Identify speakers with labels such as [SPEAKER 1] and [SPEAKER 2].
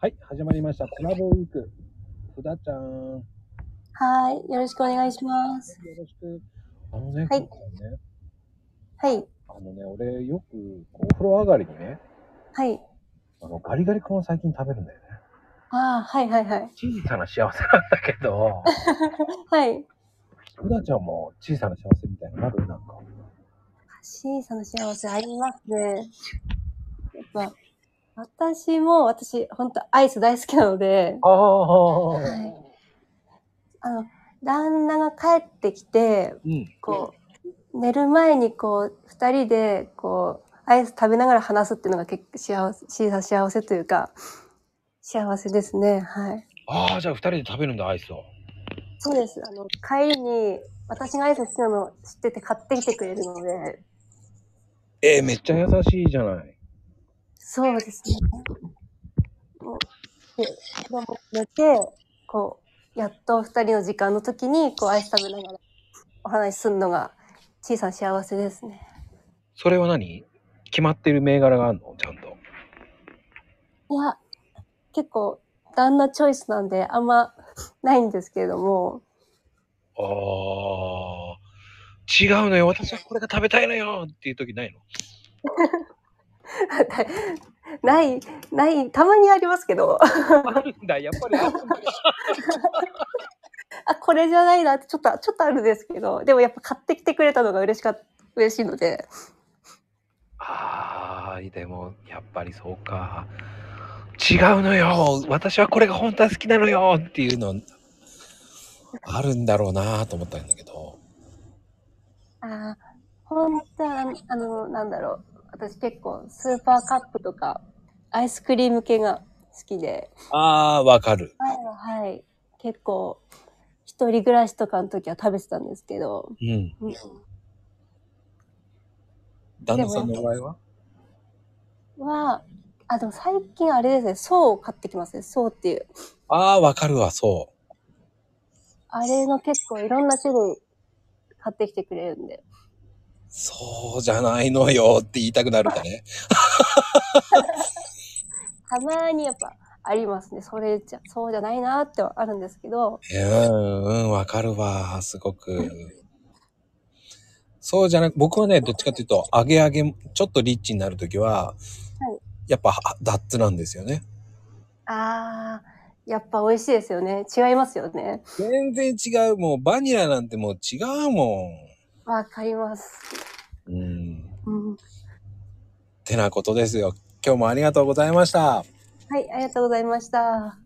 [SPEAKER 1] はい、始まりました。コラボウィーク。ふだちゃん、よ
[SPEAKER 2] はい。よろしくお願いします。
[SPEAKER 1] ろしく。あのね、
[SPEAKER 2] は
[SPEAKER 1] ふだ
[SPEAKER 2] い
[SPEAKER 1] ちゃんね、
[SPEAKER 2] はい。
[SPEAKER 1] あのね、俺よくこうお風呂上がりにね、
[SPEAKER 2] はい。
[SPEAKER 1] あのガリガリ君を最近食べるんだよね。
[SPEAKER 2] ああ、はいはいはい。
[SPEAKER 1] 小さな幸せなんだけ ど、
[SPEAKER 2] はい。
[SPEAKER 1] ふだちゃんも小さな幸せみたいなのあるなんか。
[SPEAKER 2] 小さな幸せありますね。やっぱ、私も、私、本当アイス大好きなので、
[SPEAKER 1] ああ、
[SPEAKER 2] はいあの、旦那が帰ってきて、
[SPEAKER 1] うん。
[SPEAKER 2] こう、寝る前にこう、二人で、こう、アイス食べながら話すっていうのが結構幸せ、小さな幸せというか、幸せですね。はい。
[SPEAKER 1] ああ、じゃあ二人で食べるんだ、アイスを。
[SPEAKER 2] そうです。あの、帰りに、私が挨拶したの知ってて買ってきてくれるので。
[SPEAKER 1] えー、めっちゃ優しいじゃない。
[SPEAKER 2] そうですね。もうで、子供寝て、こう、やっと二人の時間の時に、こう、アイス食べながらお話しするのが、小さな幸せですね。
[SPEAKER 1] それは何決まってる銘柄があるのちゃんと。
[SPEAKER 2] いや、結構、旦那チョイスなんで、あんまないんですけれども、
[SPEAKER 1] あ あ、違うのよ。私はこれが食べたいのよっていう時ないの
[SPEAKER 2] ない、ない、たまにありますけど、
[SPEAKER 1] あるんだ、やっぱりあるんだ。
[SPEAKER 2] あ、これじゃないなって、ちょっと、ちょっとあるんですけど、でもやっぱ買ってきてくれたのが嬉しかっ嬉しいので、
[SPEAKER 1] あー、でも、やっぱりそうか。違うのよ。私はこれが本当は好きなのよっていうの、あるんだろうなと思ったんだけど。
[SPEAKER 2] ああ、本当は、あの、なんだろう。私結構、スーパーカップとか、アイスクリーム系が好きで。
[SPEAKER 1] あー、わかる。
[SPEAKER 2] 前は、はい。結構、一人暮らしとかの時は食べてたんですけど。
[SPEAKER 1] うん。
[SPEAKER 2] うん
[SPEAKER 1] 旦那さんの場合は
[SPEAKER 2] は、あ、でも最近あれですね、層を買ってきますね。層っていう。
[SPEAKER 1] あー、わかるわ、そ
[SPEAKER 2] あれの結構いろんな種類買ってきてくれるん
[SPEAKER 1] う。
[SPEAKER 2] で。
[SPEAKER 1] そうじゃないのよって言いたくなるんだね。
[SPEAKER 2] たまにやっぱありますね。それじゃ、そうじゃないなってはあるんですけど。
[SPEAKER 1] うん、うん、わかるわ、すごく。そうじゃなく、僕はね、どっちかっていうと、揚げ揚げ、ちょっとリッチになるときは、やっぱ、あダッツなんですよね。
[SPEAKER 2] ああ、やっぱ美味しいですよね。違いますよね。
[SPEAKER 1] 全然違う、もう、バニラなんてもう違うも
[SPEAKER 2] わかります。
[SPEAKER 1] ん。うん。
[SPEAKER 2] うん。
[SPEAKER 1] てなことですよ。今日もありがとうございました。
[SPEAKER 2] はい、ありがとうございました。